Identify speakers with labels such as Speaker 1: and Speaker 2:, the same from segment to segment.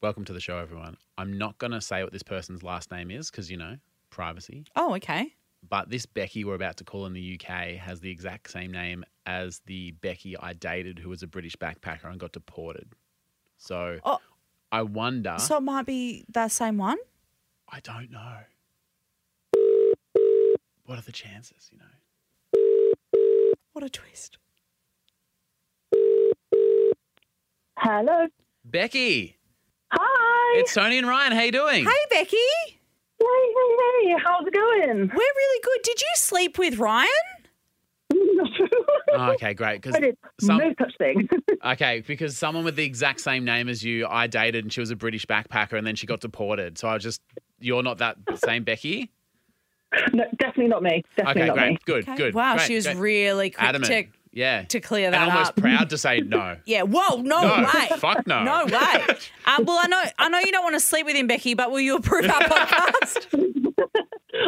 Speaker 1: welcome to the show, everyone. I'm not going to say what this person's last name is because, you know, privacy.
Speaker 2: Oh, okay.
Speaker 1: But this Becky we're about to call in the UK has the exact same name as the Becky I dated who was a British backpacker and got deported. So
Speaker 2: Oh.
Speaker 1: I wonder.
Speaker 2: So it might be the same one.
Speaker 1: I don't know. What are the chances, you know?
Speaker 2: What a twist.
Speaker 3: Hello.
Speaker 1: Becky,
Speaker 3: Hi.
Speaker 1: it's Tony and Ryan. How you doing?
Speaker 2: Hey, Becky.
Speaker 3: hey, hey, hey. How's it going?
Speaker 2: We're really good. Did you sleep with Ryan?
Speaker 1: Oh, okay, great. Because
Speaker 3: I did no such thing.
Speaker 1: okay, because someone with the exact same name as you, I dated, and she was a British backpacker, and then she got deported. So I was just, you're not that same Becky.
Speaker 3: no, definitely not me. Definitely
Speaker 1: Okay,
Speaker 3: not
Speaker 1: great,
Speaker 3: me.
Speaker 1: good, good.
Speaker 2: Wow,
Speaker 1: great,
Speaker 2: she was
Speaker 1: great.
Speaker 2: really quick
Speaker 1: adamant.
Speaker 2: to,
Speaker 1: yeah,
Speaker 2: to clear
Speaker 1: and
Speaker 2: that
Speaker 1: almost
Speaker 2: up.
Speaker 1: proud to say no.
Speaker 2: yeah. Whoa. No,
Speaker 1: No,
Speaker 2: way.
Speaker 1: fuck no.
Speaker 2: No way. Uh, well, I know, I know you don't want to sleep with him, Becky, but will you approve our podcast?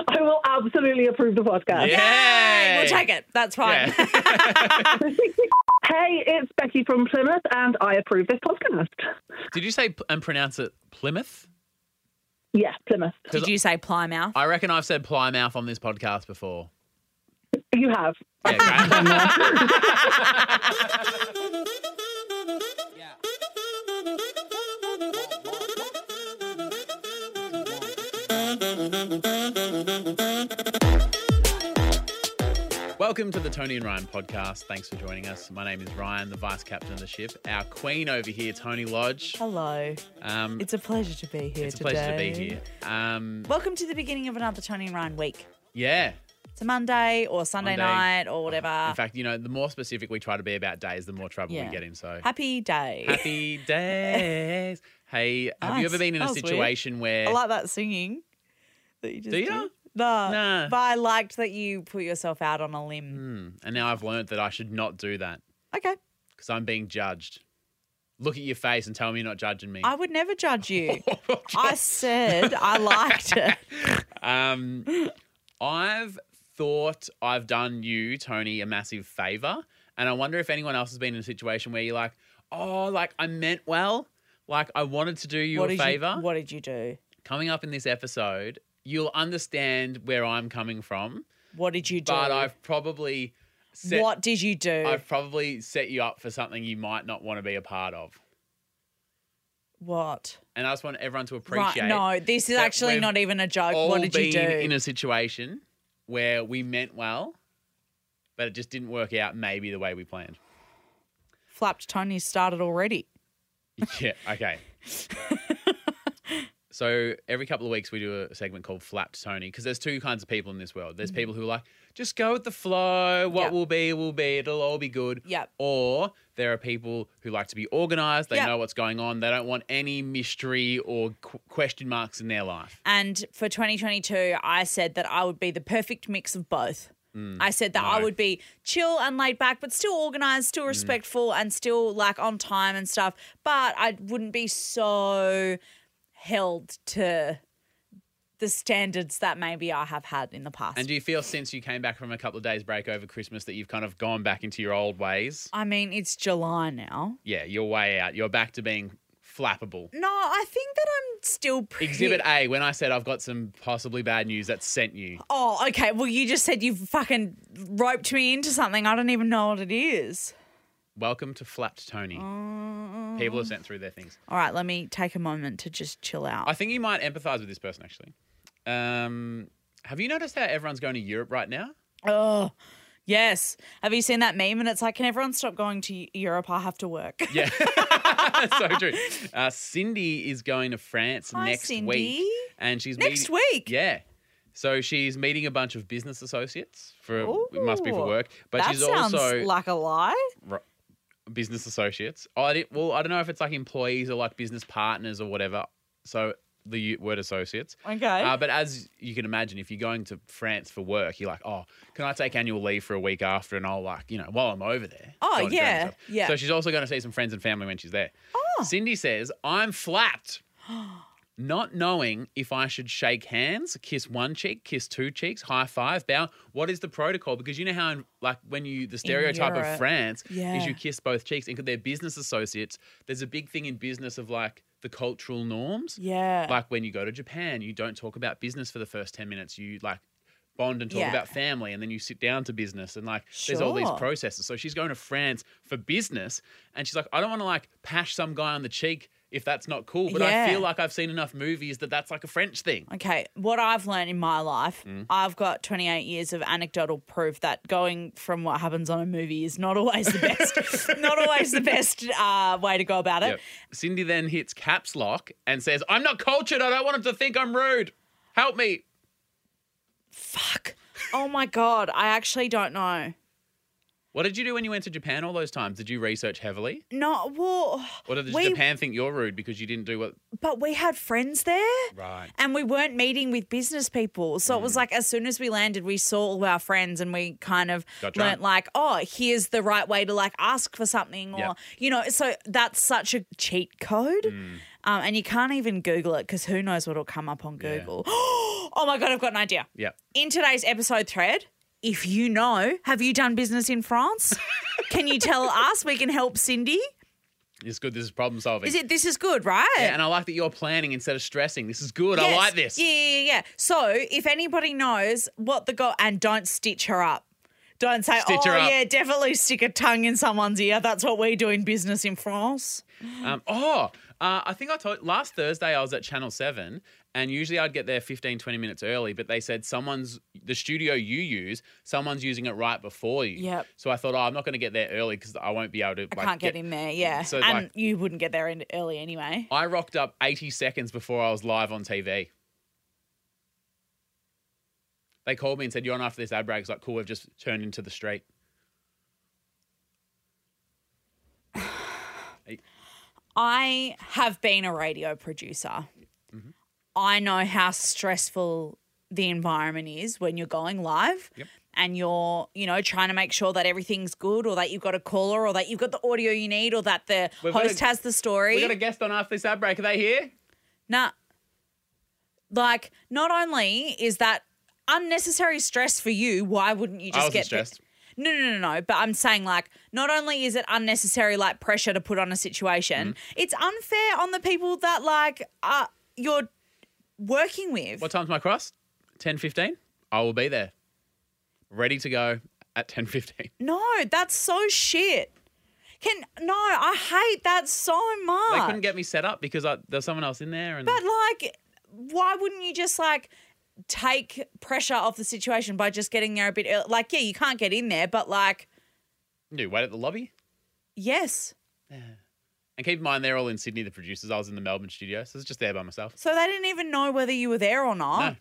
Speaker 3: I will absolutely approve the podcast.
Speaker 1: Yeah,
Speaker 2: We'll take it. That's fine.
Speaker 1: Yeah.
Speaker 3: Hey, it's Becky from Plymouth, and I approve this podcast.
Speaker 1: Did you say p- and pronounce it Plymouth?
Speaker 3: Yeah, Plymouth.
Speaker 2: Did you say Plymouth?
Speaker 1: I reckon I've said Plymouth on this podcast before.
Speaker 3: You have.
Speaker 1: Yeah, great. Welcome to the Tony and Ryan podcast. Thanks for joining us. My name is Ryan, the vice captain of the ship. Our queen over here, Tony Lodge.
Speaker 2: Hello.
Speaker 1: Um,
Speaker 2: It's a pleasure to be here
Speaker 1: it's a
Speaker 2: today.
Speaker 1: pleasure to be here. Um,
Speaker 2: Welcome to the beginning of another Tony and Ryan week.
Speaker 1: yeah.
Speaker 2: It's a Monday or Sunday
Speaker 1: Monday.
Speaker 2: night or whatever.
Speaker 1: In fact, you know, the more specific we try to be about days, the more trouble
Speaker 2: Uh, Yeah.
Speaker 1: we get in. So
Speaker 2: Happy day.
Speaker 1: happy days. Hey, have you
Speaker 2: Nice.
Speaker 1: ever been in a
Speaker 2: That was weird.
Speaker 1: situation where
Speaker 2: I like that singing that you just
Speaker 1: Do ya?
Speaker 2: did. No,
Speaker 1: Nah.
Speaker 2: but I liked that you put yourself out on a limb.
Speaker 1: Hmm, and now I've learned that I should not do that
Speaker 2: Okay,
Speaker 1: because I'm being judged. Look at your face and tell me you're not judging me.
Speaker 2: I would never judge you. I said I liked it.
Speaker 1: um, I've thought I've done you, Tony, a massive favor. And I wonder if anyone else has been in a situation where you're like, oh, like I meant well. Like I wanted to do you
Speaker 2: what
Speaker 1: a
Speaker 2: did
Speaker 1: favor.
Speaker 2: You, what did you do?
Speaker 1: Coming up in this episode, you'll understand where I'm coming from.
Speaker 2: What did you do?
Speaker 1: But I've probably set,
Speaker 2: what did you do?
Speaker 1: I've probably set you up for something you might not want to be a part of.
Speaker 2: what?
Speaker 1: And I just want everyone to appreciate
Speaker 2: right? No, this is
Speaker 1: that
Speaker 2: actually
Speaker 1: we've
Speaker 2: not even a joke.
Speaker 1: all
Speaker 2: What did
Speaker 1: been
Speaker 2: you do?
Speaker 1: in a situation where we meant well, but it just didn't work out maybe the way we planned.
Speaker 2: Flapped Tony started already.
Speaker 1: yeah, okay. so every couple of weeks we do a segment called Flapped Tony because there's two kinds of people in this world. There's people who are like, just go with the flow. What
Speaker 2: Yep.
Speaker 1: will be, will be. It'll all be good.
Speaker 2: Yep.
Speaker 1: Or there are people who like to be organized. They
Speaker 2: Yep.
Speaker 1: know what's going on. They don't want any mystery or qu- question marks in their life.
Speaker 2: And for 2022, I said that I would be the perfect mix of both.
Speaker 1: Mm,
Speaker 2: I said that I
Speaker 1: no.
Speaker 2: would be chill and laid back, but still organized,
Speaker 1: Mm.
Speaker 2: still respectful, and still like on time and stuff. But I wouldn't be so held to the standards that maybe I have had in the past.
Speaker 1: And do you feel since you came back from a couple of days break over Christmas that you've kind of gone back into your old ways?
Speaker 2: I mean, it's July now.
Speaker 1: Yeah, you're way out. You're back to being flappable.
Speaker 2: No, I think that I'm still pretty.
Speaker 1: Exhibit A, when I said I've got some possibly bad news that sent you.
Speaker 2: Oh, okay. Well, you just said you fucking roped me into something. I don't even know what it is.
Speaker 1: Welcome to Flapped Tony.
Speaker 2: Mm.
Speaker 1: People have sent through their things.
Speaker 2: All right, let me take a moment to just chill out.
Speaker 1: I think you might empathize with this person actually. Um, have you noticed how everyone's going to Europe right now?
Speaker 2: Oh, yes. Have you seen that meme? And it's like, can everyone stop going to Europe? I have to work.
Speaker 1: Yeah. so true. Uh, Cindy is going to France
Speaker 2: Hi,
Speaker 1: next
Speaker 2: Cindy.
Speaker 1: week. And she's
Speaker 2: Next
Speaker 1: meeting-
Speaker 2: week?
Speaker 1: Yeah. So she's meeting a bunch of business associates for it must be for
Speaker 2: Ooh,
Speaker 1: work, but
Speaker 2: that
Speaker 1: she's
Speaker 2: sounds
Speaker 1: also
Speaker 2: like a lie.
Speaker 1: r- business associates. Oh, I didn't, well, I don't know if it's like employees or like business partners or whatever. So the u- word associates.
Speaker 2: Okay.
Speaker 1: Uh, but as you can imagine, if you're going to France for work, you're like, oh, can I take annual leave for a week after? And I'll like, you know, while I'm over there.
Speaker 2: Oh,
Speaker 1: go and do
Speaker 2: yeah,
Speaker 1: stuff.
Speaker 2: yeah.
Speaker 1: So she's also going to see some friends and family when she's there. Oh. Cindy says, I'm flapped. Not knowing if I should shake hands, kiss one cheek, kiss two cheeks, high five, bow. What is the protocol? Because you know how, in, like, when you the stereotype of
Speaker 2: Europe.
Speaker 1: France is
Speaker 2: Yeah.
Speaker 1: you kiss both cheeks, and 'cause they're business associates, there's a big thing in business of like the cultural norms.
Speaker 2: Yeah.
Speaker 1: Like when you go to Japan, you don't talk about business for the first 10 minutes. You like bond and talk
Speaker 2: Yeah.
Speaker 1: about family and then you sit down to business and like there's all these
Speaker 2: Sure.
Speaker 1: processes. So she's going to France for business and she's like, I don't want to like pash some guy on the cheek if that's not cool, but
Speaker 2: Yeah.
Speaker 1: I feel like I've seen enough movies that that's like a French thing.
Speaker 2: Okay, what I've learned in my life,
Speaker 1: Mm.
Speaker 2: I've got 28 years of anecdotal proof that going from what happens on a movie is not always the best, not always the best uh, way to go about it.
Speaker 1: Yep. Cindy then hits caps lock and says, I'm not cultured. I don't want him to think I'm rude. Help me.
Speaker 2: Fuck. Oh my god, I actually don't know.
Speaker 1: What did you do when you went to Japan all those times? Did you research heavily?
Speaker 2: No, well,
Speaker 1: Or did
Speaker 2: We-
Speaker 1: Japan think you're rude because you didn't do what?
Speaker 2: but we had friends there.
Speaker 1: Right. Mm.
Speaker 2: And we weren't meeting with business people. So it was like as soon as we landed, we saw all our friends and we kind of
Speaker 1: Got drunk.
Speaker 2: learnt like, oh, here's the right way to like ask for something or,
Speaker 1: Yeah.
Speaker 2: you know, so that's such a cheat code.
Speaker 1: Mm.
Speaker 2: Um, and you can't even Google it because who knows what'll come up on
Speaker 1: Yeah.
Speaker 2: Google. oh my God, I've got an idea.
Speaker 1: Yeah.
Speaker 2: In today's episode thread, if you know, have you done business in France? can you tell us? We can help Cindy.
Speaker 1: It's good. This is problem solving.
Speaker 2: Is it this is good, right?
Speaker 1: Yeah, and I like that you're planning instead of stressing. This is good. I
Speaker 2: Yes.
Speaker 1: like this.
Speaker 2: Yeah, yeah, yeah. So if anybody knows what the goal, and don't stitch her up. Don't say,
Speaker 1: Stitch
Speaker 2: oh,
Speaker 1: her up.
Speaker 2: yeah, definitely stick a tongue in someone's ear. That's what we do in business in France.
Speaker 1: Um, oh, uh, I think I told last Thursday I was at Channel 7, and usually I'd get there 15, 20 minutes early, but they said someone's, the studio you use, someone's using it right before you.
Speaker 2: Yep.
Speaker 1: So I thought, oh, I'm not going to get there early because I won't be able to.
Speaker 2: I can't get, in there, yeah.
Speaker 1: So,
Speaker 2: and
Speaker 1: like-
Speaker 2: you wouldn't get there in early anyway.
Speaker 1: I rocked up 80 seconds before I was live on TV. They called me and said, You're on after this ad break. It's like, cool, we've just turned into the street.
Speaker 2: I have been a radio producer.
Speaker 1: Mm-hmm.
Speaker 2: I know how stressful the environment is when you're going live
Speaker 1: Yep.
Speaker 2: and you're, you know, trying to make sure that everything's good or that you've got a caller or that you've got the audio you need or that the
Speaker 1: We've got
Speaker 2: host
Speaker 1: a-
Speaker 2: has the story.
Speaker 1: We got a guest on after this ad break. Are they here?
Speaker 2: Nah. Like, not only is that unnecessary stress for you, why wouldn't you just
Speaker 1: wasn't
Speaker 2: get the-
Speaker 1: stressed.
Speaker 2: No, no, no, no. But I'm saying, like, not only is it unnecessary, like, pressure to put on a situation,
Speaker 1: Mm-hmm.
Speaker 2: it's unfair on the people that, like, uh, you're working with.
Speaker 1: What time's my cross? 10.15? I will be there. Ready to go at 10.15.
Speaker 2: No, that's so shit. Can no, I hate that so
Speaker 1: They
Speaker 2: much.
Speaker 1: couldn't get me set up because I, there's someone else in there. And
Speaker 2: But like, why wouldn't you just like take pressure off the situation by just getting there a bit early? Like, yeah, you can't get in there, but like,
Speaker 1: Dude, wait at the lobby.
Speaker 2: yes.
Speaker 1: And keep in mind, they're all in Sydney, the producers. I was in the Melbourne studio, so I was just there by myself.
Speaker 2: So they didn't even know whether you were there or not.
Speaker 1: No.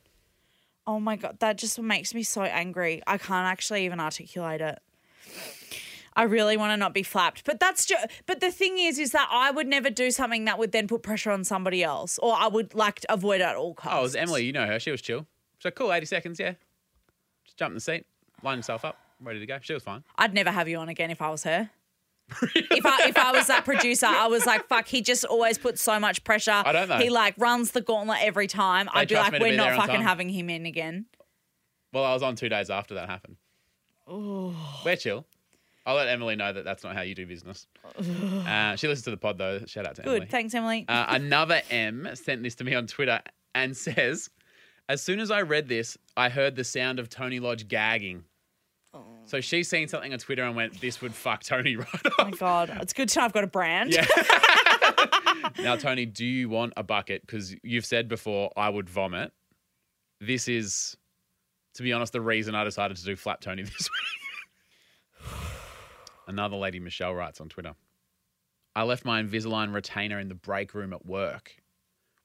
Speaker 2: Oh my god, that just makes me so angry. I can't actually even articulate it. I really want to not be flapped, but that's just. But the thing is, is that I would never do something that would then put pressure on somebody else, or I would like to avoid it at all costs.
Speaker 1: Oh, it was Emily. You know her. She was chill. She's like, cool, 80 seconds, yeah. Just jump in the seat, line yourself up, ready to go. She was fine.
Speaker 2: I'd never have you on again if I was her. if I if I was that producer, I was like, fuck, he just always puts so much pressure. I
Speaker 1: don't know.
Speaker 2: He like runs the gauntlet every time. I'd be
Speaker 1: trust
Speaker 2: like,
Speaker 1: me to
Speaker 2: we're
Speaker 1: be
Speaker 2: not
Speaker 1: there on
Speaker 2: fucking
Speaker 1: time."
Speaker 2: having him in again.
Speaker 1: Well, I was on two days after that happened.
Speaker 2: Oh.
Speaker 1: We're chill. I'll let Emily know that that's not how you do business. Uh, she listens to the pod, though. Shout out to
Speaker 2: Good.
Speaker 1: Emily.
Speaker 2: Thanks, Emily.
Speaker 1: Uh, another M sent this to me on Twitter and says, As soon as I read this, I heard the sound of Tony Lodge gagging. So she's seen something on Twitter and went, This would fuck Tony right
Speaker 2: oh
Speaker 1: off.
Speaker 2: my god. It's good to know I've got a brand.
Speaker 1: Yeah. now, Tony, do you want a bucket? Because you've said before, I would vomit. This is, to be honest, the reason I decided to do Flap Tony this week. Another lady, Michelle, writes on Twitter I left my Invisalign retainer in the break room at work.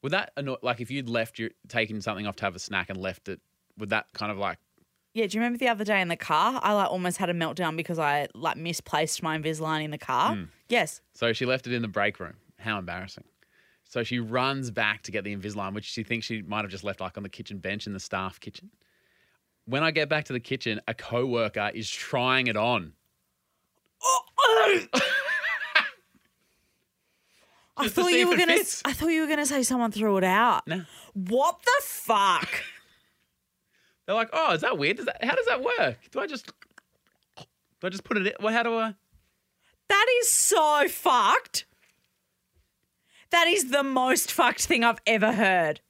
Speaker 1: Would that, anno- like, if you'd left your, taken something off to have a snack and left it, would that kind of like,
Speaker 2: Yeah, do you remember the other day in the car? I like almost had a meltdown because I like misplaced my Invisalign in the car.
Speaker 1: Hmm.
Speaker 2: Yes.
Speaker 1: So she left it in the break room. How embarrassing. So she runs back to get the Invisalign, which she thinks she might have just left like on the kitchen bench in the staff kitchen. When I get back to the kitchen, a coworker is trying it on.
Speaker 2: I
Speaker 1: Just to
Speaker 2: thought
Speaker 1: see
Speaker 2: you
Speaker 1: if
Speaker 2: were
Speaker 1: it
Speaker 2: gonna
Speaker 1: fits.
Speaker 2: I thought you were gonna say someone threw it out.
Speaker 1: No.
Speaker 2: What the fuck?
Speaker 1: They're like, "Oh, is that weird? Does that, how does that work? Do I just do I just put it? In, well, how do I?
Speaker 2: That is so fucked. That is the most fucked thing I've ever heard.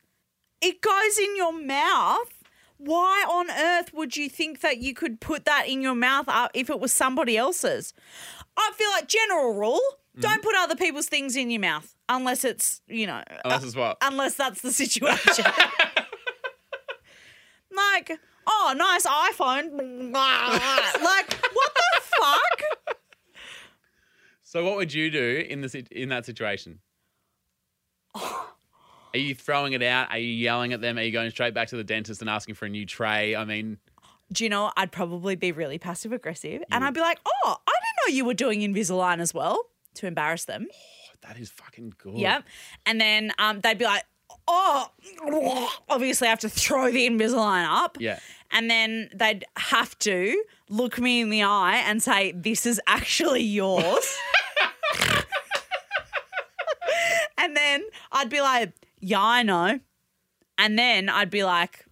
Speaker 2: It goes in your mouth. Why on earth would you think that you could put that in your mouth uh, if it was somebody else's? I feel like general rule, don't put other people's things in your mouth unless it's, you know,
Speaker 1: Unless it's Oh, what?
Speaker 2: unless that's the situation. like, oh, nice iPhone. like, what the fuck?
Speaker 1: So what would you do in the sit- in that situation? Are you throwing it out? Are you yelling at them? Are you going straight back to the dentist and asking for a new tray? I mean,
Speaker 2: Do you know? I'd probably be really passive aggressive, and I'd be like, oh, I didn't know you were doing Invisalign as well to embarrass them.
Speaker 1: that is fucking good.
Speaker 2: Yep. And then um, they'd be like, oh, obviously I have to throw the Invisalign up.
Speaker 1: Yeah.
Speaker 2: And then they'd have to look me in the eye and say, this is actually yours. and then I'd be like, yeah, I know. And then I'd be like,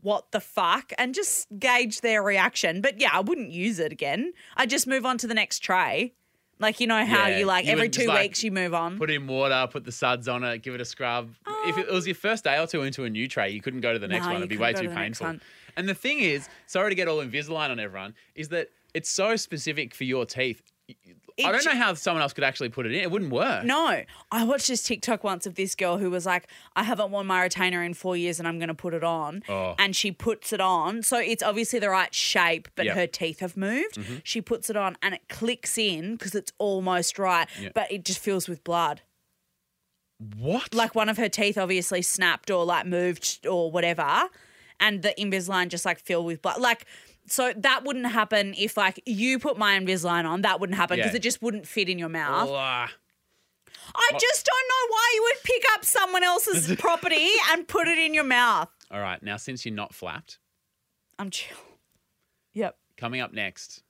Speaker 2: what the fuck? And just gauge their reaction. But yeah, I wouldn't use it again. I'd just move on to the next tray. Like, you know how
Speaker 1: Yeah,
Speaker 2: you like
Speaker 1: you
Speaker 2: every
Speaker 1: would just,
Speaker 2: two
Speaker 1: like,
Speaker 2: weeks you move on.
Speaker 1: Put in water, put the suds on it, give it a scrub. If it was your first day or two into a new tray, you couldn't go to the next one.
Speaker 2: No, you
Speaker 1: It'd be
Speaker 2: couldn't
Speaker 1: way
Speaker 2: go to
Speaker 1: too
Speaker 2: the next
Speaker 1: painful.
Speaker 2: one.
Speaker 1: And the thing is, sorry to get all Invisalign on everyone, is that it's so specific for your teeth. I don't
Speaker 2: It-
Speaker 1: know how someone else could actually put it in. It wouldn't work.
Speaker 2: No, I watched this TikTok once of this girl who was like, I haven't worn my retainer in four years and I'm going to put it on.
Speaker 1: Oh.
Speaker 2: And she puts it on. So it's obviously the right shape, but
Speaker 1: Yep. Mm-hmm.
Speaker 2: her teeth have moved. She puts it on and it clicks in because it's almost right,
Speaker 1: Yeah.
Speaker 2: but it just fills with blood.
Speaker 1: What?
Speaker 2: Like one of her teeth obviously snapped or like moved or whatever. And the Invisalign just like filled with blood. Like, so that wouldn't happen if like you put my Invisalign on. That wouldn't happen because
Speaker 1: Yeah.
Speaker 2: it just wouldn't fit in your mouth.
Speaker 1: Blah.
Speaker 2: I just don't know why you would pick up someone else's property and put it in your mouth.
Speaker 1: All right, now since you're not flapped,
Speaker 2: I'm chill. Yep.
Speaker 1: coming up next,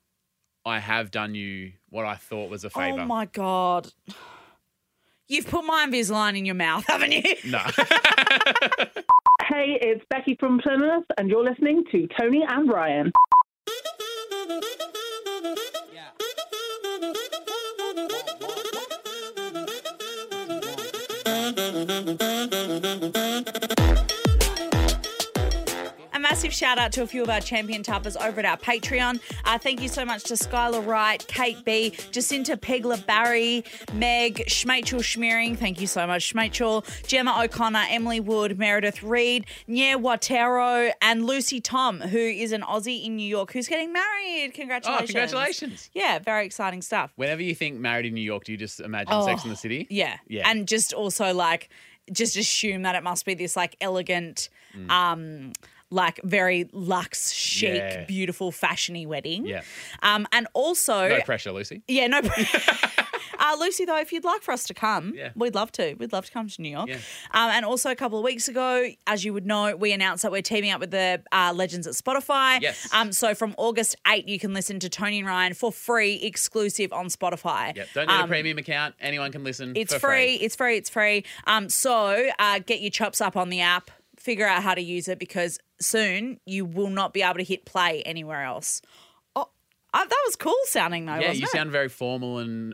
Speaker 1: I have done you what I thought was a favor.
Speaker 2: Oh my god. You've put my Invisalign in your mouth, haven't you?
Speaker 1: No.
Speaker 3: Hey, it's Becky from Plymouth, and you're listening to Tony and Ryan.
Speaker 2: A massive shout out to a few of our champion tappers over at our Patreon. Uh, thank you so much to Skylar Wright, Kate B, Jacinta Pegler Barry, Meg, Schmachel Schmeering. Thank you so much, Schmachel. Gemma O'Connor, Emily Wood, Meredith Reed, Nye Watero, and Lucy Tom, who is an Aussie in New York who's getting married.
Speaker 1: oh,
Speaker 2: Congratulations.
Speaker 1: congratulations.
Speaker 2: Yeah, very exciting stuff.
Speaker 1: Whenever you think married in New York, do you just imagine Sex in the City?
Speaker 2: Oh, Yeah.
Speaker 1: Yeah.
Speaker 2: And just also like just assume that it must be this like elegant
Speaker 1: Mm.
Speaker 2: um like very luxe, chic,
Speaker 1: Yeah.
Speaker 2: beautiful, fashiony wedding.
Speaker 1: Yeah.
Speaker 2: Um and also
Speaker 1: No pressure, Lucy.
Speaker 2: Yeah, no Uh, Lucy, though, if you'd like for us to come,
Speaker 1: Yeah.
Speaker 2: we'd love to. We'd love to come to New York.
Speaker 1: Yeah.
Speaker 2: Um, and also, a couple of weeks ago, as you would know, we announced that we're teaming up with the uh, Legends at Spotify.
Speaker 1: Yes.
Speaker 2: Um, so from August 8, you can listen to Tony and Ryan for free, exclusive on Spotify.
Speaker 1: Yep. Don't need a
Speaker 2: Um,
Speaker 1: premium account. Anyone can listen.
Speaker 2: it's
Speaker 1: for
Speaker 2: free. It's free. It's free. Um, so uh, get your chops up on the app. Figure out how to use it because soon you will not be able to hit play anywhere else. Oh, uh, that was cool sounding though.
Speaker 1: Yeah,
Speaker 2: wasn't
Speaker 1: you
Speaker 2: it?
Speaker 1: sound very formal and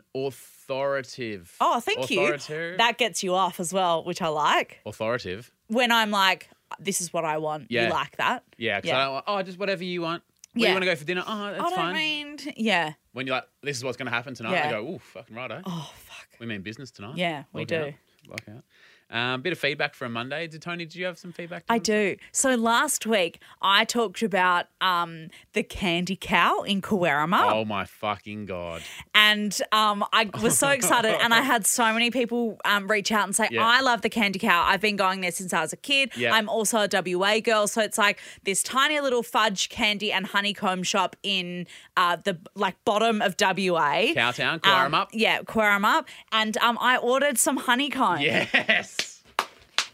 Speaker 1: authoritative.
Speaker 2: Oh, thank you.
Speaker 1: Authoritative.
Speaker 2: That gets you off as well, which I like.
Speaker 1: authoritative.
Speaker 2: When I'm like, this is what I want.
Speaker 1: Yeah.
Speaker 2: You like that?
Speaker 1: Yeah, because I don't want, oh, just whatever you want. What do
Speaker 2: Yeah.
Speaker 1: you want to go for dinner? Oh, that's
Speaker 2: I don't
Speaker 1: fine.
Speaker 2: mind. Yeah.
Speaker 1: when you're like, this is what's going to happen tonight,
Speaker 2: Yeah.
Speaker 1: I go, ooh, fucking righto.
Speaker 2: Oh fuck.
Speaker 1: We mean business tonight.
Speaker 2: Yeah, we
Speaker 1: Lock
Speaker 2: do.
Speaker 1: Out. Lock out. Um, bit of feedback for a Monday. Did Tony? Did you have some feedback? to
Speaker 2: I
Speaker 1: give?
Speaker 2: do. So last week I talked about um, the candy cow in Kawerama.
Speaker 1: Oh my fucking god!
Speaker 2: and um, I was so excited, and I had so many people um, reach out and say,
Speaker 1: Yeah.
Speaker 2: "I love the Candy Cow. I've been going there since I was a kid.
Speaker 1: Yeah.
Speaker 2: I'm also a WA girl, so it's like this tiny little fudge candy and honeycomb shop in uh, the like bottom of WA.
Speaker 1: Cowtown,
Speaker 2: Um,
Speaker 1: choir 'em up.
Speaker 2: Yeah, Quarrum up, and um, I ordered some honeycomb,
Speaker 1: Yes.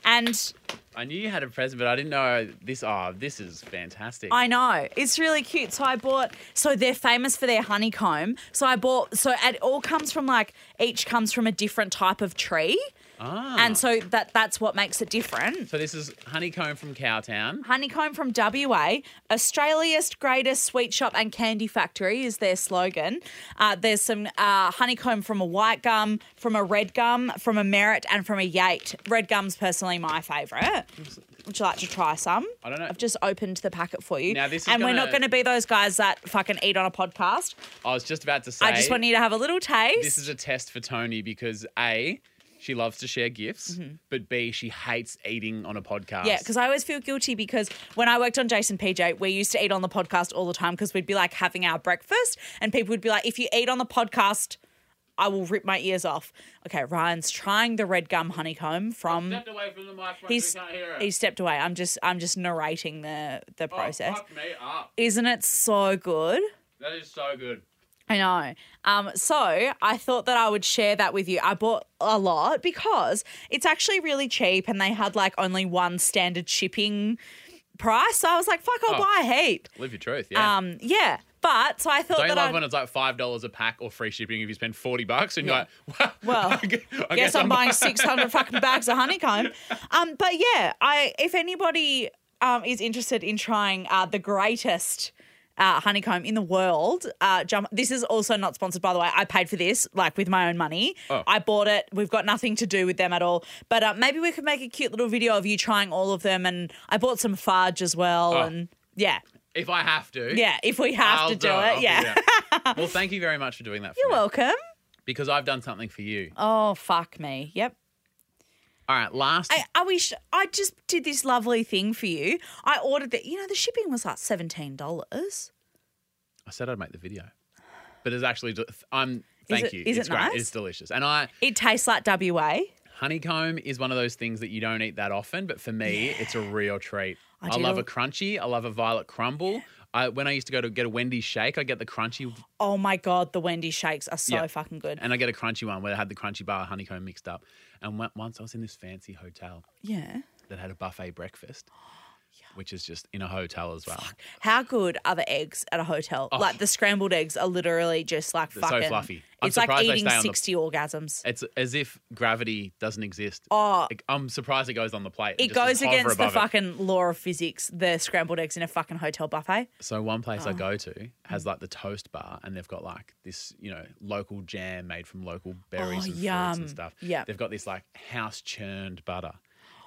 Speaker 2: and
Speaker 1: I knew you had a present, but I didn't know this. Oh, this is fantastic.
Speaker 2: I know. It's really cute. So I bought so they're famous for their honeycomb. So I bought so it all comes from like each comes from a different type of tree.
Speaker 1: Ah.
Speaker 2: And so that that's what makes it different.
Speaker 1: So this is honeycomb from Cowtown.
Speaker 2: Honeycomb from WA, Australia's greatest sweet shop and candy factory is their slogan. Uh, there's some uh, honeycomb from a white gum, from a red gum, from a merit, and from a yate. Red gum's personally my favourite. Would you like to try some?
Speaker 1: I don't know.
Speaker 2: I've just opened the packet for you.
Speaker 1: Now, this is
Speaker 2: and we're not going
Speaker 1: gonna-
Speaker 2: to be those guys that fucking eat on a podcast.
Speaker 1: I was just about to say.
Speaker 2: I just want you to have a little taste.
Speaker 1: this is a test for Tony because a she loves to share gifts, but b she hates eating on a podcast.
Speaker 2: Mm-hmm. Yeah, because I always feel guilty because when I worked on Jason PJ, we used to eat on the podcast all the time because we'd be like having our breakfast and people would be like, if you eat on the podcast, I will rip my ears off. Okay, Ryan's trying the red gum honeycomb from
Speaker 1: away from the microphone.
Speaker 2: he's he stepped away. I'm just I'm just narrating the the process.
Speaker 1: Oh, me up.
Speaker 2: Isn't it so good?
Speaker 1: That is so good.
Speaker 2: I know. Um, so I thought that I would share that with you. I bought a lot because it's actually really cheap and they had like only one standard shipping price. So I was like, fuck, I'll
Speaker 1: Oh.
Speaker 2: buy a heap.
Speaker 1: Live your truth. Yeah.
Speaker 2: Um, yeah. But so I thought
Speaker 1: Don't you
Speaker 2: that
Speaker 1: love
Speaker 2: I
Speaker 1: when it's like five dollars a pack or free shipping if you spend forty bucks and
Speaker 2: Yeah.
Speaker 1: you're like,
Speaker 2: Well,
Speaker 1: I gu- I
Speaker 2: guess I'm
Speaker 1: buying
Speaker 2: buying 600 fucking bags of honeycomb. Um, but yeah, I if anybody um, is interested in trying uh, the greatest uh, honeycomb in the world, uh, jump. This is also not sponsored, by the way. I paid for this like with my own money.
Speaker 1: Oh.
Speaker 2: I bought it. We've got nothing to do with them at all. But uh, maybe we could make a cute little video of you trying all of them. And I bought some fudge as well.
Speaker 1: Oh.
Speaker 2: And yeah,
Speaker 1: If I have to,
Speaker 2: yeah. If we have
Speaker 1: I'll
Speaker 2: to do
Speaker 1: I'll
Speaker 2: it, yeah.
Speaker 1: it. well, thank you very much for doing that. For
Speaker 2: You're
Speaker 1: me,
Speaker 2: welcome.
Speaker 1: Because I've done something for you.
Speaker 2: Oh fuck me. Yep.
Speaker 1: All right, last.
Speaker 2: I, I wish I just did this lovely thing for you. I ordered that. You know, the shipping was like seventeen dollars.
Speaker 1: I said I'd make the video, but it's actually d- I'm. Thank
Speaker 2: it-
Speaker 1: you.
Speaker 2: is it
Speaker 1: it's great.
Speaker 2: nice?
Speaker 1: It's delicious, and I
Speaker 2: It tastes like WA.
Speaker 1: honeycomb is one of those things that you don't eat that often, but for me, it's a real treat.
Speaker 2: I
Speaker 1: I,
Speaker 2: do
Speaker 1: love
Speaker 2: lo-
Speaker 1: a crunchy. I love a violet crumble. I, when I used to go to get a Wendy's shake, I get the crunchy,
Speaker 2: Oh my god, the Wendy shakes are so
Speaker 1: Yeah.
Speaker 2: fucking good.
Speaker 1: and I get a crunchy one where they had the crunchy bar honeycomb mixed up. And on- once I was in this fancy hotel
Speaker 2: Yeah.
Speaker 1: that had a buffet breakfast, which is just in a hotel as well.
Speaker 2: How good are the eggs at a hotel? Like the scrambled eggs are literally just like
Speaker 1: Oh. so
Speaker 2: fucking
Speaker 1: fluffy. I'm
Speaker 2: It's like
Speaker 1: surprised they
Speaker 2: eating
Speaker 1: stay on the-
Speaker 2: sixty orgasms.
Speaker 1: It's as if gravity doesn't exist.
Speaker 2: Oh.
Speaker 1: Like, I'm surprised it goes on the plate. and
Speaker 2: It
Speaker 1: just
Speaker 2: goes
Speaker 1: hover
Speaker 2: against the
Speaker 1: above it.
Speaker 2: fucking law of physics. The scrambled eggs in a fucking hotel buffet.
Speaker 1: So one place
Speaker 2: Oh.
Speaker 1: I go to
Speaker 2: Mm.
Speaker 1: has like the toast bar, and they've got like this, you know, local jam made from local berries and fruits
Speaker 2: Oh, yum.
Speaker 1: and stuff.
Speaker 2: Yeah.
Speaker 1: they've got this like house churned butter,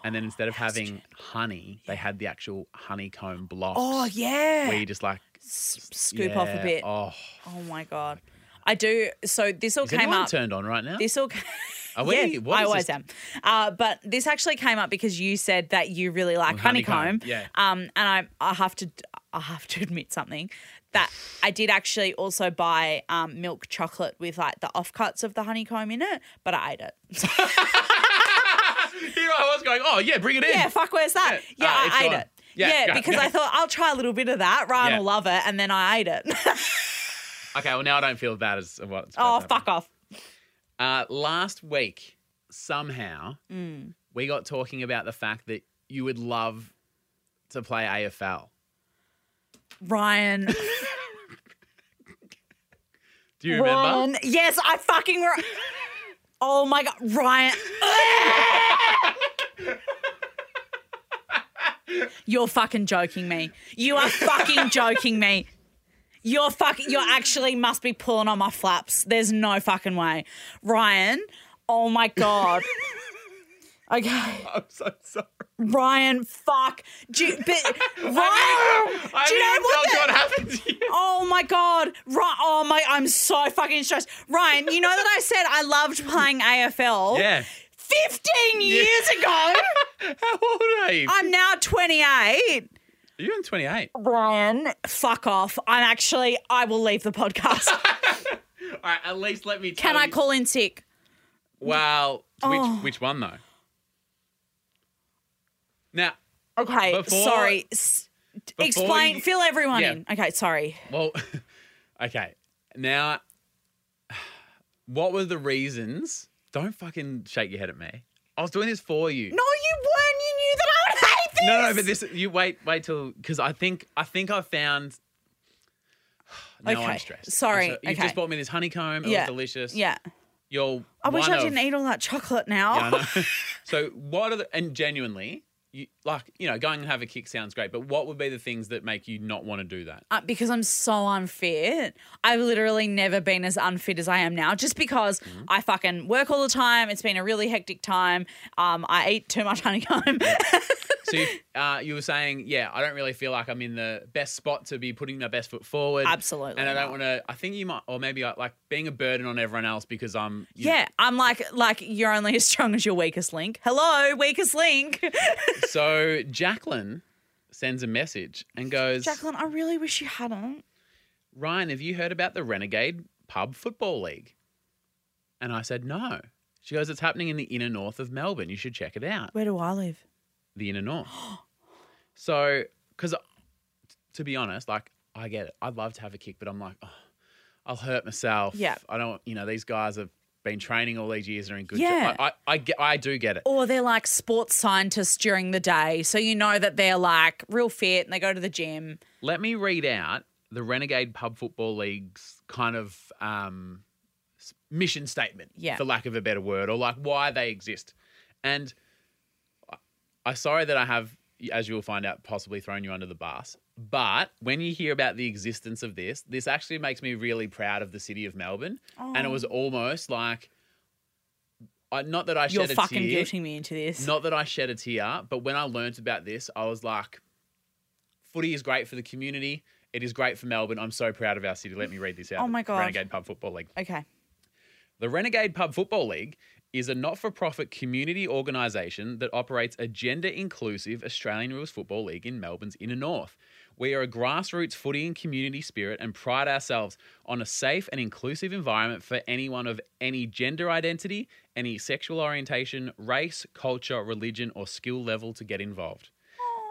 Speaker 1: and then instead of having honey, they had the actual honeycomb blocks.
Speaker 2: Oh yeah.
Speaker 1: where you just like
Speaker 2: S- Scoop off a
Speaker 1: yeah,
Speaker 2: bit.
Speaker 1: Oh,
Speaker 2: Oh my god. I do. So this all
Speaker 1: is
Speaker 2: came
Speaker 1: anyone
Speaker 2: up.
Speaker 1: turned on right now?
Speaker 2: This all. ca-
Speaker 1: Are we-
Speaker 2: Yeah,
Speaker 1: what
Speaker 2: I
Speaker 1: is
Speaker 2: always
Speaker 1: this?
Speaker 2: am. Uh, but this actually came up because you said that you really like honeycomb.
Speaker 1: honeycomb, yeah.
Speaker 2: Um, and I, I have to, I have to admit something that I did actually also buy um, milk chocolate with like the offcuts of the honeycomb in it, but I ate it.
Speaker 1: Here I was going, oh yeah, bring it in.
Speaker 2: yeah, fuck, where's that? Yeah,
Speaker 1: Yeah. Ah, it's
Speaker 2: I ate
Speaker 1: gone.
Speaker 2: it.
Speaker 1: Yeah,
Speaker 2: Yeah,
Speaker 1: yeah,
Speaker 2: because
Speaker 1: yeah.
Speaker 2: I thought I'll try a little bit of that. Ryan
Speaker 1: Yeah.
Speaker 2: will love it, and then I ate it.
Speaker 1: Okay, well now I don't feel bad as what.
Speaker 2: oh, fuck off.
Speaker 1: Uh, last week, somehow,
Speaker 2: Mm.
Speaker 1: we got talking about the fact that you would love to play AFL.
Speaker 2: Ryan.
Speaker 1: Do you remember?
Speaker 2: Ryan. Yes, I fucking. Re- oh my god, Ryan. You're fucking joking me. You are fucking joking me. You're fucking. You're actually must be pulling on my flaps. There's no fucking way, Ryan. Oh my god. Okay,
Speaker 1: I'm so sorry.
Speaker 2: Ryan. Fuck. Do you, but Ryan.
Speaker 1: I
Speaker 2: Do you know what the-
Speaker 1: haven't even told you what happened to you.
Speaker 2: Oh my god, right? Oh my, I'm so fucking stressed. Ryan, you know that I said I loved playing AFL.
Speaker 1: Yeah.
Speaker 2: 15 years ago.
Speaker 1: How old are you?
Speaker 2: I'm now 28.
Speaker 1: You're in 28. All
Speaker 2: Ryan, fuck off. I'm actually, I will leave the podcast.
Speaker 1: right, at least let me tell
Speaker 2: Can I
Speaker 1: you-
Speaker 2: call in sick?
Speaker 1: Well,
Speaker 2: Oh.
Speaker 1: which, which one, though? Now,
Speaker 2: Okay,
Speaker 1: Before-
Speaker 2: sorry. S- Explain,
Speaker 1: you-
Speaker 2: fill everyone
Speaker 1: Yeah.
Speaker 2: in. Okay, sorry.
Speaker 1: well, okay. Now, what were the reasons? Don't fucking shake your head at me. I was doing this for you.
Speaker 2: No, you weren't. You knew that I would hate this.
Speaker 1: No, no, but this you wait, wait till because I think I think I found. Now
Speaker 2: Okay,
Speaker 1: I'm stressed.
Speaker 2: sorry,
Speaker 1: You
Speaker 2: okay.
Speaker 1: just bought me this honeycomb. It
Speaker 2: Yeah,
Speaker 1: was delicious.
Speaker 2: Yeah.
Speaker 1: You're
Speaker 2: I wish
Speaker 1: one
Speaker 2: I
Speaker 1: of-
Speaker 2: didn't eat all that chocolate now.
Speaker 1: Yeah, I know. so what are the and genuinely, you, like you know, going and have a kick sounds great, but what would be the things that make you not want to do that?
Speaker 2: uh, because I'm so unfit. I've literally never been as unfit as I am now, just because
Speaker 1: Mm-hmm.
Speaker 2: I fucking work all the time. It's been a really hectic time. Um, I eat too much honeycomb.
Speaker 1: So you, uh, you were saying, yeah, I don't really feel like I'm in the best spot to be putting my best foot forward.
Speaker 2: Absolutely
Speaker 1: And I don't
Speaker 2: not.
Speaker 1: want to. I think you might, or maybe I, like being a burden on everyone else because I'm. you know,
Speaker 2: yeah, I'm like like you're only as strong as your weakest link. Hello, weakest link.
Speaker 1: So Jacqueline sends a message and goes,
Speaker 2: Jacqueline, I really wish you hadn't.
Speaker 1: Ryan, have you heard about the Renegade Pub Football League? And I said, no. She goes, it's happening in the inner north of Melbourne. You should check it out.
Speaker 2: Where do I live?
Speaker 1: The inner north. so, because to be honest, like, I get it. I'd love to have a kick, but I'm like, oh, I'll hurt myself.
Speaker 2: Yeah.
Speaker 1: I don't, you know, these guys have been training all these years and are in good
Speaker 2: Yeah.
Speaker 1: shape. I, I, I, get, I do get it.
Speaker 2: Or they're like sports scientists during the day, so you know that they're like real fit and they go to the gym.
Speaker 1: Let me read out the Renegade Pub Football League's kind of um, s- mission statement,
Speaker 2: Yeah.
Speaker 1: for lack of a better word, or like why they exist. And I- I'm sorry that I have, as you'll find out, possibly thrown you under the bus. But when you hear about the existence of this, this actually makes me really proud of the city of Melbourne. And it
Speaker 2: Oh.
Speaker 1: was almost like, I, not that I
Speaker 2: You're
Speaker 1: shed a
Speaker 2: fucking
Speaker 1: tear,
Speaker 2: guilting me into this.
Speaker 1: not that I shed a tear, but when I learnt about this, I was like, footy is great for the community. It is great for Melbourne. I'm so proud of our city. Let me read this out.
Speaker 2: Oh my God.
Speaker 1: Renegade Pub Football League.
Speaker 2: Okay.
Speaker 1: The Renegade Pub Football League is a not for profit community organisation that operates a gender inclusive Australian Rules Football League in Melbourne's Inner North. We are a grassroots footy and community spirit and pride ourselves on a safe and inclusive environment for anyone of any gender identity, any sexual orientation, race, culture, religion, or skill level to get involved.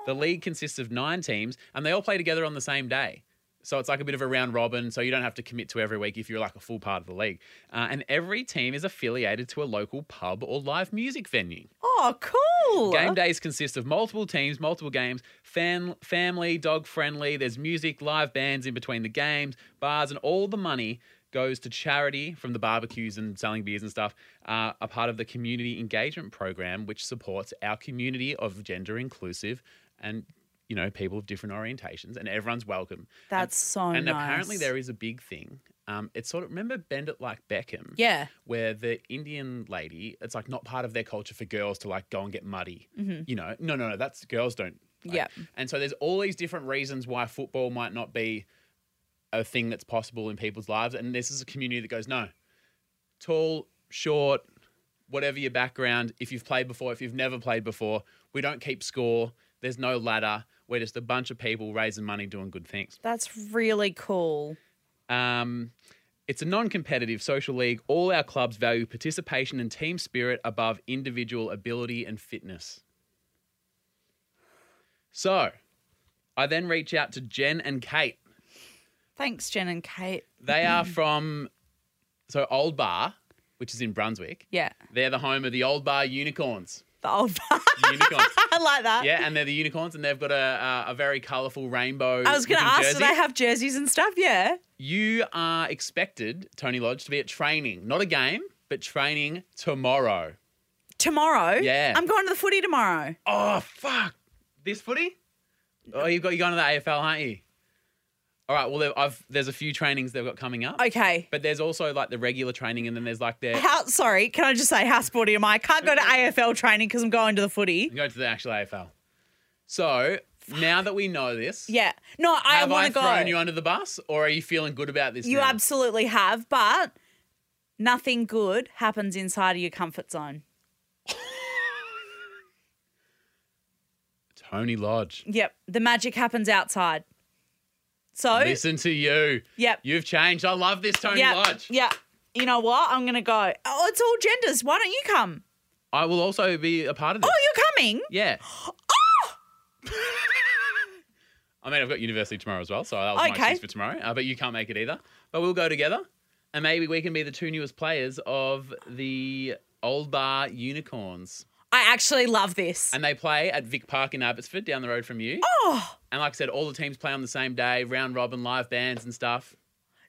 Speaker 1: The league consists of nine teams and they all play together on the same day. So it's like a bit of a round robin, so you don't have to commit to every week if you're like a full part of the league. Uh, and every team is affiliated to a local pub or live music venue.
Speaker 2: Oh, cool.
Speaker 1: Game days consist of multiple teams, multiple games, fan, family, dog friendly. There's music, live bands in between the games, bars, and all the money goes to charity from the barbecues and selling beers and stuff. Uh, a part of the community engagement program, which supports our community of gender inclusive and you know people of different orientations, and everyone's welcome.
Speaker 2: That's so
Speaker 1: and,
Speaker 2: Oh,
Speaker 1: And
Speaker 2: nice.
Speaker 1: apparently there is a big thing. Um, it's sort of remember Bend It Like Beckham
Speaker 2: Yeah.
Speaker 1: where the Indian lady, it's like not part of their culture for girls to like go and get muddy. You know, no, no, no, that's girls don't. like-
Speaker 2: Yeah.
Speaker 1: And so there's all these different reasons why football might not be a thing that's possible in people's lives. And this is a community that goes, no, tall, short, whatever your background, if you've played before, if you've never played before, we don't keep score. There's no ladder. We're just a bunch of people raising money doing good things.
Speaker 2: That's really cool.
Speaker 1: Um, it's a non competitive social league. All our clubs value participation and team spirit above individual ability and fitness. So I then reach out to Jen and Kate.
Speaker 2: Thanks, Jen and Kate.
Speaker 1: They are from, so Old Bar, which is in Brunswick.
Speaker 2: Yeah.
Speaker 1: They're the home of the Old Bar Unicorns.
Speaker 2: The old
Speaker 1: Unicorns.
Speaker 2: I like that.
Speaker 1: Yeah, and they're the unicorns, and they've got a, a, a very colourful rainbow.
Speaker 2: I was going to
Speaker 1: looking
Speaker 2: ask,
Speaker 1: jersey.
Speaker 2: did I have jerseys and stuff? Yeah.
Speaker 1: You are expected, Tony Lodge, to be at training, not a game, but training tomorrow.
Speaker 2: Tomorrow?
Speaker 1: Yeah.
Speaker 2: I'm going to the footy tomorrow.
Speaker 1: Oh fuck! This footy? Oh, you've got you going to the AFL, aren't you? All right. Well, there- I've, there's a few trainings they've got coming up,
Speaker 2: Okay.
Speaker 1: but there's also like the regular training, and then there's like their
Speaker 2: How, sorry, can I just say how sporty am I? I can't go to AFL training because I'm going to the footy.
Speaker 1: go to the actual AFL. So now that we know this,
Speaker 2: Yeah. No, I
Speaker 1: have I
Speaker 2: want to go.
Speaker 1: thrown you under the bus, or are you feeling good about this?
Speaker 2: You
Speaker 1: now?
Speaker 2: absolutely have, but nothing good happens inside of your comfort zone.
Speaker 1: Tony Lodge.
Speaker 2: Yep. The magic happens outside. So,
Speaker 1: Listen to you.
Speaker 2: Yep.
Speaker 1: You've changed. I love this Tony
Speaker 2: yeah.
Speaker 1: Lodge.
Speaker 2: Yeah. You know what? I'm going to go. Oh, it's all genders. Why don't you come?
Speaker 1: I will also be a part of this.
Speaker 2: Oh, you're coming?
Speaker 1: Yeah. I mean, I've got university tomorrow as well, so that was my
Speaker 2: Okay.
Speaker 1: excuse for tomorrow. Uh, but you can't make it either. But we'll go together, and maybe we can be the two newest players of the Old Bar Unicorns.
Speaker 2: I actually love this.
Speaker 1: And they play at Vic Park in Abbotsford, down the road from you.
Speaker 2: Oh,
Speaker 1: And like I said, all the teams play on the same day, round robin, live bands and stuff.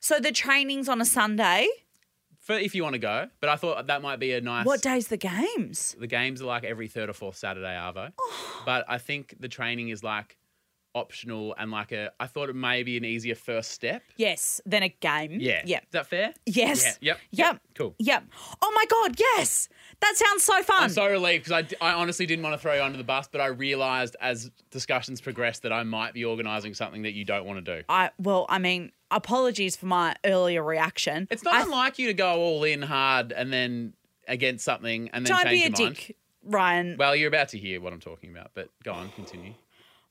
Speaker 2: so the training's on a Sunday.
Speaker 1: for if you want to go. But I thought that might be a nice.
Speaker 2: What day's the games?
Speaker 1: The games are like every third or fourth Saturday, Arvo.
Speaker 2: Oh.
Speaker 1: But I think the training is like optional and like a. I thought it may be an easier first step.
Speaker 2: Yes, then a game.
Speaker 1: Yeah.
Speaker 2: Yep.
Speaker 1: Is that fair?
Speaker 2: Yes.
Speaker 1: Yeah. Yep.
Speaker 2: Yep.
Speaker 1: Cool.
Speaker 2: Yep. Oh my god, yes. That sounds so fun.
Speaker 1: I'm so relieved because I, I honestly didn't want to throw you under the bus, but I realised as discussions progressed that I might be organising something that you don't want to do.
Speaker 2: I well, I mean, apologies for my earlier reaction.
Speaker 1: It's not
Speaker 2: I
Speaker 1: unlike you to go all in hard and then against something and then
Speaker 2: don't
Speaker 1: change
Speaker 2: be a
Speaker 1: your mind.
Speaker 2: dick, Ryan. Well,
Speaker 1: Well, you're about to hear what I'm talking about, but go on, continue.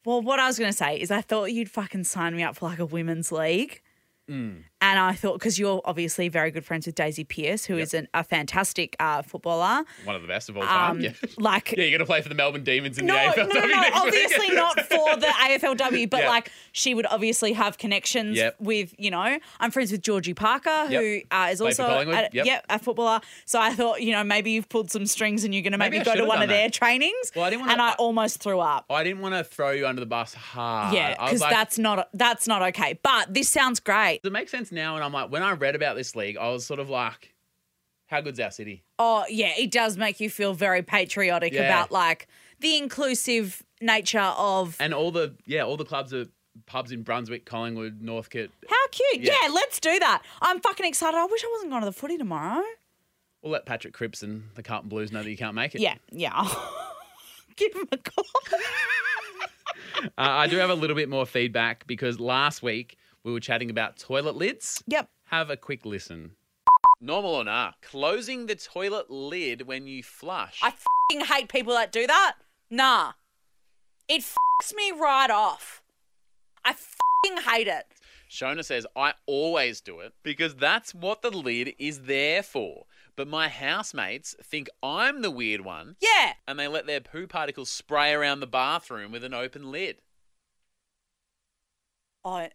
Speaker 2: what I was going to say is I thought you'd fucking sign me up for like a women's league.
Speaker 1: Mm.
Speaker 2: And I thought because you're obviously very good friends with Daisy Pierce, who is an, a fantastic uh, footballer.
Speaker 1: One of the best of all time.
Speaker 2: Um,
Speaker 1: Oh, yeah.
Speaker 2: Like
Speaker 1: yeah, you're going to play for the Melbourne Demons in
Speaker 2: No,
Speaker 1: the
Speaker 2: no,
Speaker 1: AFLW
Speaker 2: no, no,
Speaker 1: next week.
Speaker 2: obviously not for the AFLW, but
Speaker 1: Yeah.
Speaker 2: like she would obviously have connections
Speaker 1: Yep.
Speaker 2: with, you know, I'm friends with Georgie Parker, who
Speaker 1: Yep.
Speaker 2: uh, is
Speaker 1: Played for
Speaker 2: also
Speaker 1: Collingwood,
Speaker 2: a,
Speaker 1: yep.
Speaker 2: yeah, a footballer. So I thought, you know, maybe you've pulled some strings and you're going to make
Speaker 1: Maybe
Speaker 2: me
Speaker 1: I
Speaker 2: go to
Speaker 1: should've
Speaker 2: one
Speaker 1: done
Speaker 2: of their
Speaker 1: that.
Speaker 2: trainings.
Speaker 1: Well, I didn't wanna-
Speaker 2: and I,
Speaker 1: I-
Speaker 2: almost threw up.
Speaker 1: I didn't want to throw you under the bus hard.
Speaker 2: yeah,
Speaker 1: I was
Speaker 2: because
Speaker 1: like,
Speaker 2: that's not that's not okay. But this sounds great.
Speaker 1: Does it make sense now? And I'm like, when I read about this league, I was sort of like, how good's our city?
Speaker 2: Oh yeah, it does make you feel very patriotic
Speaker 1: Yeah.
Speaker 2: about like the inclusive nature of.
Speaker 1: And all the, yeah, all the clubs are pubs in Brunswick, Collingwood, Northcote,
Speaker 2: How cute.
Speaker 1: Yeah.
Speaker 2: yeah, let's do that. I'm fucking excited. I wish I wasn't going to the footy tomorrow.
Speaker 1: We'll let Patrick Cripps and the Carlton Blues know that you can't make it.
Speaker 2: Yeah, yeah. Give him a call.
Speaker 1: Uh, I do have a little bit more feedback because last week we were chatting about toilet lids.
Speaker 2: yep.
Speaker 1: Have a quick listen. Normal or nah? Closing the toilet lid when you flush.
Speaker 2: I fing hate people that do that. Nah. It fs me right off. I fing hate it.
Speaker 1: Shona says, I always do it because that's what the lid is there for. But my housemates think I'm the weird one
Speaker 2: Yeah.
Speaker 1: and they let their poo particles spray around the bathroom with an open lid.
Speaker 2: I.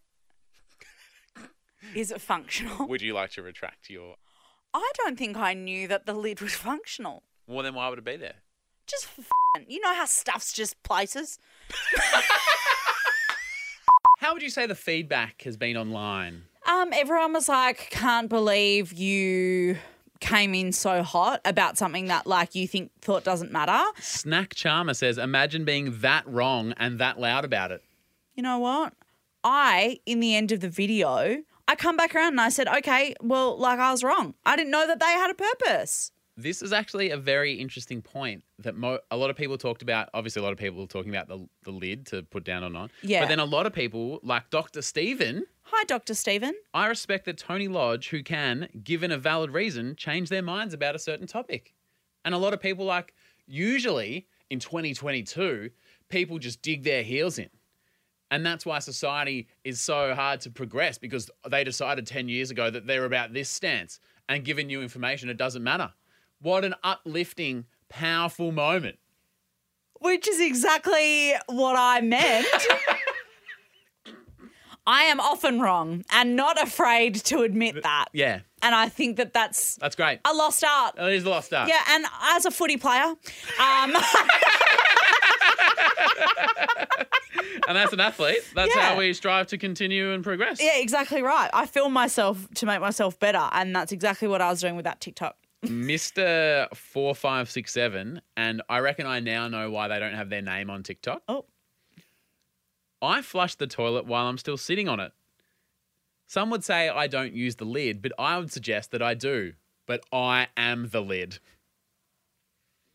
Speaker 2: Oh, Is it functional?
Speaker 1: Would you like to retract your.
Speaker 2: I don't think I knew that the lid was functional.
Speaker 1: Well, then why would it be there?
Speaker 2: Just for fing. You know how stuff's just places?
Speaker 1: How would you say the feedback has been online?
Speaker 2: Um, everyone was like, "Can't believe you came in so hot about something that like you think thought doesn't matter."
Speaker 1: Snack Charmer says, Imagine being that wrong and that loud about it.
Speaker 2: You know what? I in the end of the video, I come back around and I said, "Okay, well, like I was wrong. I didn't know that they had a purpose."
Speaker 1: This is actually a very interesting point that mo- a lot of people talked about. Obviously, a lot of people were talking about the, the lid to put down or not.
Speaker 2: Yeah.
Speaker 1: But then a lot of people, like Dr. Stephen,
Speaker 2: Hi, Doctor Stephen.
Speaker 1: I respect that Tony Lodge, who can, given a valid reason, change their minds about a certain topic. And a lot of people, like, usually in 2022, people just dig their heels in. And that's why society is so hard to progress because they decided 10 years ago that they're about this stance. And given new information, it doesn't matter. What an uplifting, powerful moment.
Speaker 2: Which is exactly what I meant. I am often wrong and not afraid to admit that.
Speaker 1: Yeah,
Speaker 2: And I think that that's
Speaker 1: that's great.
Speaker 2: a lost art.
Speaker 1: That is the lost art.
Speaker 2: Yeah, and as a footy player, um,
Speaker 1: And that's an athlete. That's
Speaker 2: Yeah.
Speaker 1: how we strive to continue and progress.
Speaker 2: yeah, exactly right. I film myself to make myself better, and that's exactly what I was doing with that TikTok.
Speaker 1: Mr. 4567, and I reckon I now know why they don't have their name on TikTok.
Speaker 2: Oh,
Speaker 1: I flush the toilet while I'm still sitting on it. Some would say I don't use the lid, but I would suggest that I do. But I am the lid.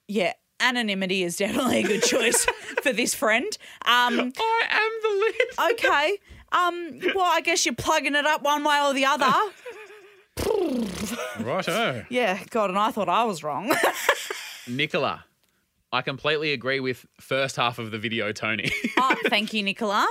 Speaker 2: yeah, anonymity is definitely a good choice for this friend. Um,
Speaker 1: I am the lid.
Speaker 2: okay, um, well, I guess you're plugging it up one way or the other.
Speaker 1: Righto.
Speaker 2: Yeah, God, and I thought I was wrong.
Speaker 1: Nicola, I completely agree with first half of the video, Tony.
Speaker 2: oh, thank you, Nicola.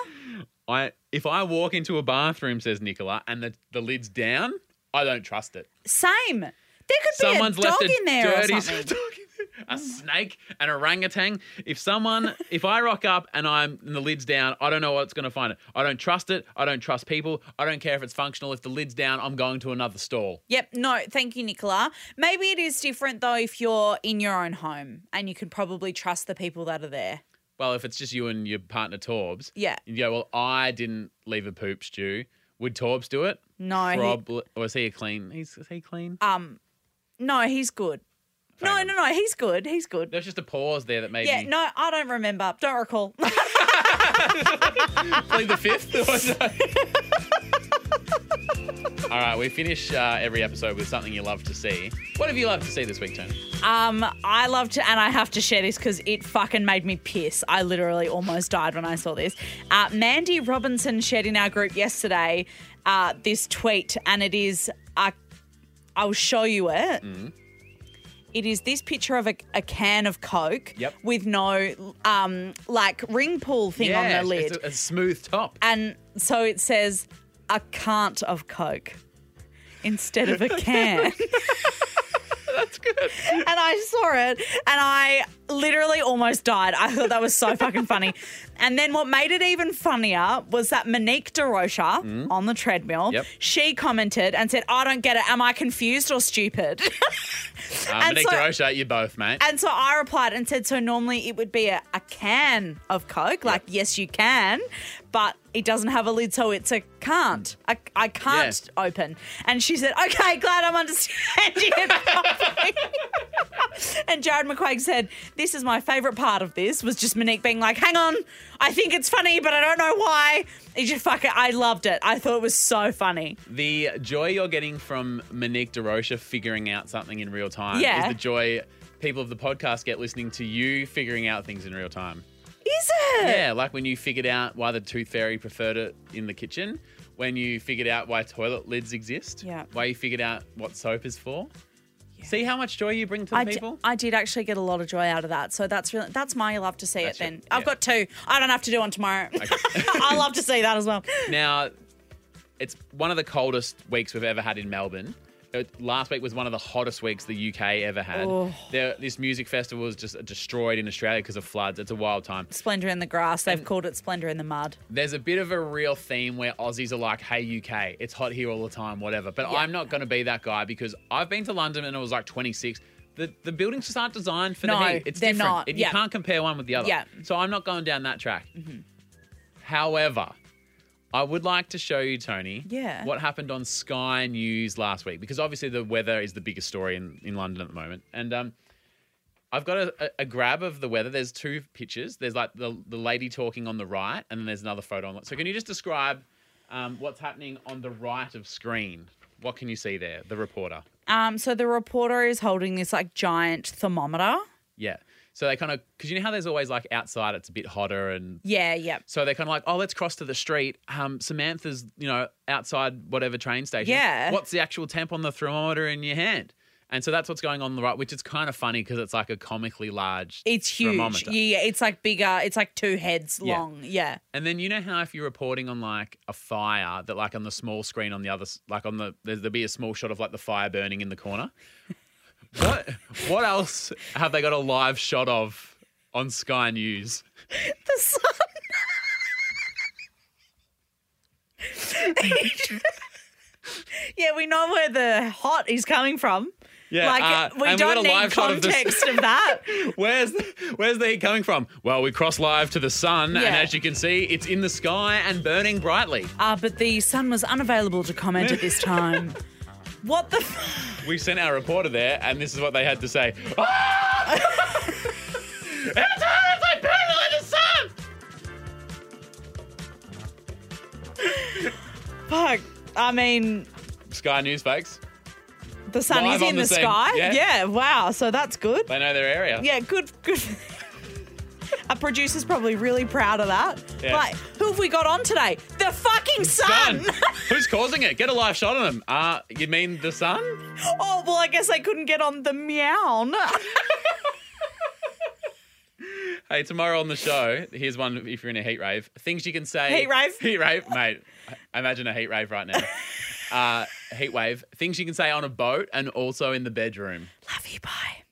Speaker 1: I if I walk into a bathroom, says Nicola, and the, the lid's down, I don't trust it.
Speaker 2: Same. There could be
Speaker 1: someone's
Speaker 2: a dog
Speaker 1: left a
Speaker 2: in there
Speaker 1: dirty
Speaker 2: or something.
Speaker 1: dog in there. a snake, an orangutan. If someone, if I rock up and I'm and the lid's down, I don't know what's going to find it. I don't trust it. I don't trust people. I don't care if it's functional. If the lid's down, I'm going to another stall.
Speaker 2: Yep, no, thank you, Nicola. Maybe it is different though if you're in your own home and you can probably trust the people that are there.
Speaker 1: Well, if it's just you and your partner Torbs,
Speaker 2: Yeah.
Speaker 1: you go. Well, I didn't leave a poop stew. Would Torbs do it?
Speaker 2: No, he-
Speaker 1: Probably. Or is he a clean? He's is he clean?
Speaker 2: Um, No, he's good. No,
Speaker 1: Fine.
Speaker 2: no, no, he's good. He's good.
Speaker 1: There's just a pause there that maybe.
Speaker 2: Yeah, no, I don't remember. Don't recall.
Speaker 1: Play the fifth. or was it- All right, we finish uh, every episode with something you love to see. What have you loved to see this week, Tony?
Speaker 2: Um, I loved to, and I have to share this because it fucking made me piss. I literally almost died when I saw this. Uh, Mandy Robinson shared in our group yesterday uh, this tweet, and it is uh, I'll show you it.
Speaker 1: Mm.
Speaker 2: It is this picture of a, a can of Coke
Speaker 1: Yep.
Speaker 2: with no um, like ring pull thing on the lid,
Speaker 1: It's a, a smooth top.
Speaker 2: and so it says a cant of Coke instead of a can.
Speaker 1: That's good. Uh,
Speaker 2: and I saw it and I literally almost died. I thought that was so fucking funny. And then what made it even funnier was that Monique DeRocha on the treadmill,
Speaker 1: Yep.
Speaker 2: she commented and said, I don't get it. Am I confused or stupid?
Speaker 1: Uh,
Speaker 2: And
Speaker 1: Monique
Speaker 2: so-
Speaker 1: DeRocha, you both, mate.
Speaker 2: and so I replied and said, So normally it would be a, a can of Coke, like, yes, you can, but it doesn't have a lid, so it's a can't. I, I can't open. And she said, Okay, glad I'm understanding it. properly." and Jared McQuaig said, This is my favourite part of this, was just Monique being like, Hang on, I think it's funny, but I don't know why. It just fucking, I loved it. I thought it was so funny.
Speaker 1: The joy you're getting from Monique DeRocha figuring out something in real time
Speaker 2: Yeah.
Speaker 1: is the joy people of the podcast get listening to you figuring out things in real time.
Speaker 2: Is it?
Speaker 1: Yeah, like when you figured out why the tooth fairy preferred it in the kitchen, when you figured out why toilet lids exist,
Speaker 2: Yeah.
Speaker 1: why you figured out what soap is for. See how much joy you bring to the
Speaker 2: I d-
Speaker 1: people?
Speaker 2: I did actually get a lot of joy out of that. So that's really that's my love to see
Speaker 1: That's
Speaker 2: it then.
Speaker 1: your- yeah.
Speaker 2: I've got two. I don't have to do one tomorrow. I love to see that as well.
Speaker 1: Now, it's one of the coldest weeks we've ever had in Melbourne. It- last week was one of the hottest weeks the UK ever had.
Speaker 2: Oh.
Speaker 1: There, this music festival was just destroyed in Australia because of floods. It's a wild time.
Speaker 2: Splendor in the grass. They've called it Splendor in the mud.
Speaker 1: There's a bit of a real theme where Aussies are like, hey, UK, it's hot here all the time, whatever. But I'm not going to be that guy because I've been to London and it was like 26. The, the buildings just aren't designed for
Speaker 2: No,
Speaker 1: the heat. It's
Speaker 2: they're
Speaker 1: different.
Speaker 2: not.
Speaker 1: It-
Speaker 2: Yeah.
Speaker 1: You can't compare one with the other.
Speaker 2: Yeah. Mm-hmm.
Speaker 1: So I'm not going down that track. However, I would like to show you, Tony,
Speaker 2: Yeah.
Speaker 1: what happened on Sky News last week because obviously the weather is the biggest story in, in London at the moment. And um, I've got a, a- a grab of the weather. There's two pictures. There's like the, the lady talking on the right, and then there's another photo on the So, can you just describe um, what's happening on the right of screen? What can you see there? The reporter.
Speaker 2: Um, so the reporter is holding this like giant thermometer.
Speaker 1: Yeah. So they kind of, because you know how there's always like outside it's a bit hotter and
Speaker 2: Yeah, yeah.
Speaker 1: So they're kind of like, oh, let's cross to the street. Um, Samantha's, you know, outside whatever train station.
Speaker 2: Yeah.
Speaker 1: What's the actual temp on the thermometer in your hand? And so that's what's going on on the right, which is kind of funny because it's like a comically large.
Speaker 2: It's huge.
Speaker 1: Thermometer.
Speaker 2: Yeah, it's like bigger. It's like two heads
Speaker 1: Yeah.
Speaker 2: long. Yeah.
Speaker 1: And then you know how if you're reporting on like a fire, that like on the small screen on the other, s- like on the there's- there'll be a small shot of like the fire burning in the corner. What what else have they got a live shot of on Sky News?
Speaker 2: The sun. yeah, we know where the hot is coming from.
Speaker 1: Yeah,
Speaker 2: like
Speaker 1: uh,
Speaker 2: we
Speaker 1: and
Speaker 2: don't
Speaker 1: got a
Speaker 2: need
Speaker 1: live shot of the s-
Speaker 2: context of, that.
Speaker 1: Where's the, where's the heat coming from? Well, we cross live to the sun,
Speaker 2: Yeah.
Speaker 1: and as you can see, it's in the sky and burning brightly.
Speaker 2: Uh, but the sun was unavailable to comment at this time. What the? F-
Speaker 1: We sent our reporter there, and this is what they had to say. Ah! it's, it's like burning like the sun.
Speaker 2: fuck. I mean,
Speaker 1: Sky News folks,
Speaker 2: the sun
Speaker 1: Live
Speaker 2: is
Speaker 1: on
Speaker 2: in
Speaker 1: the
Speaker 2: the,
Speaker 1: scene,
Speaker 2: sky.
Speaker 1: yeah.
Speaker 2: Wow. So that's good.
Speaker 1: they know their area.
Speaker 2: Yeah. Good. Good. Our producer's probably really proud of that.
Speaker 1: Yeah.
Speaker 2: Like, who have we got on today? The fucking sun.
Speaker 1: Sun. Who's causing it? Get a live shot of them. Uh, you mean the sun?
Speaker 2: oh well, I guess I couldn't get on the meow.
Speaker 1: Hey, tomorrow on the show, here's one if you're in a heat rave. Things you can say.
Speaker 2: Heat rave?
Speaker 1: Heat rave, mate. I imagine a heat rave right now. uh, heat wave. Things you can say on a boat and also in the bedroom.
Speaker 2: Love you. Bye.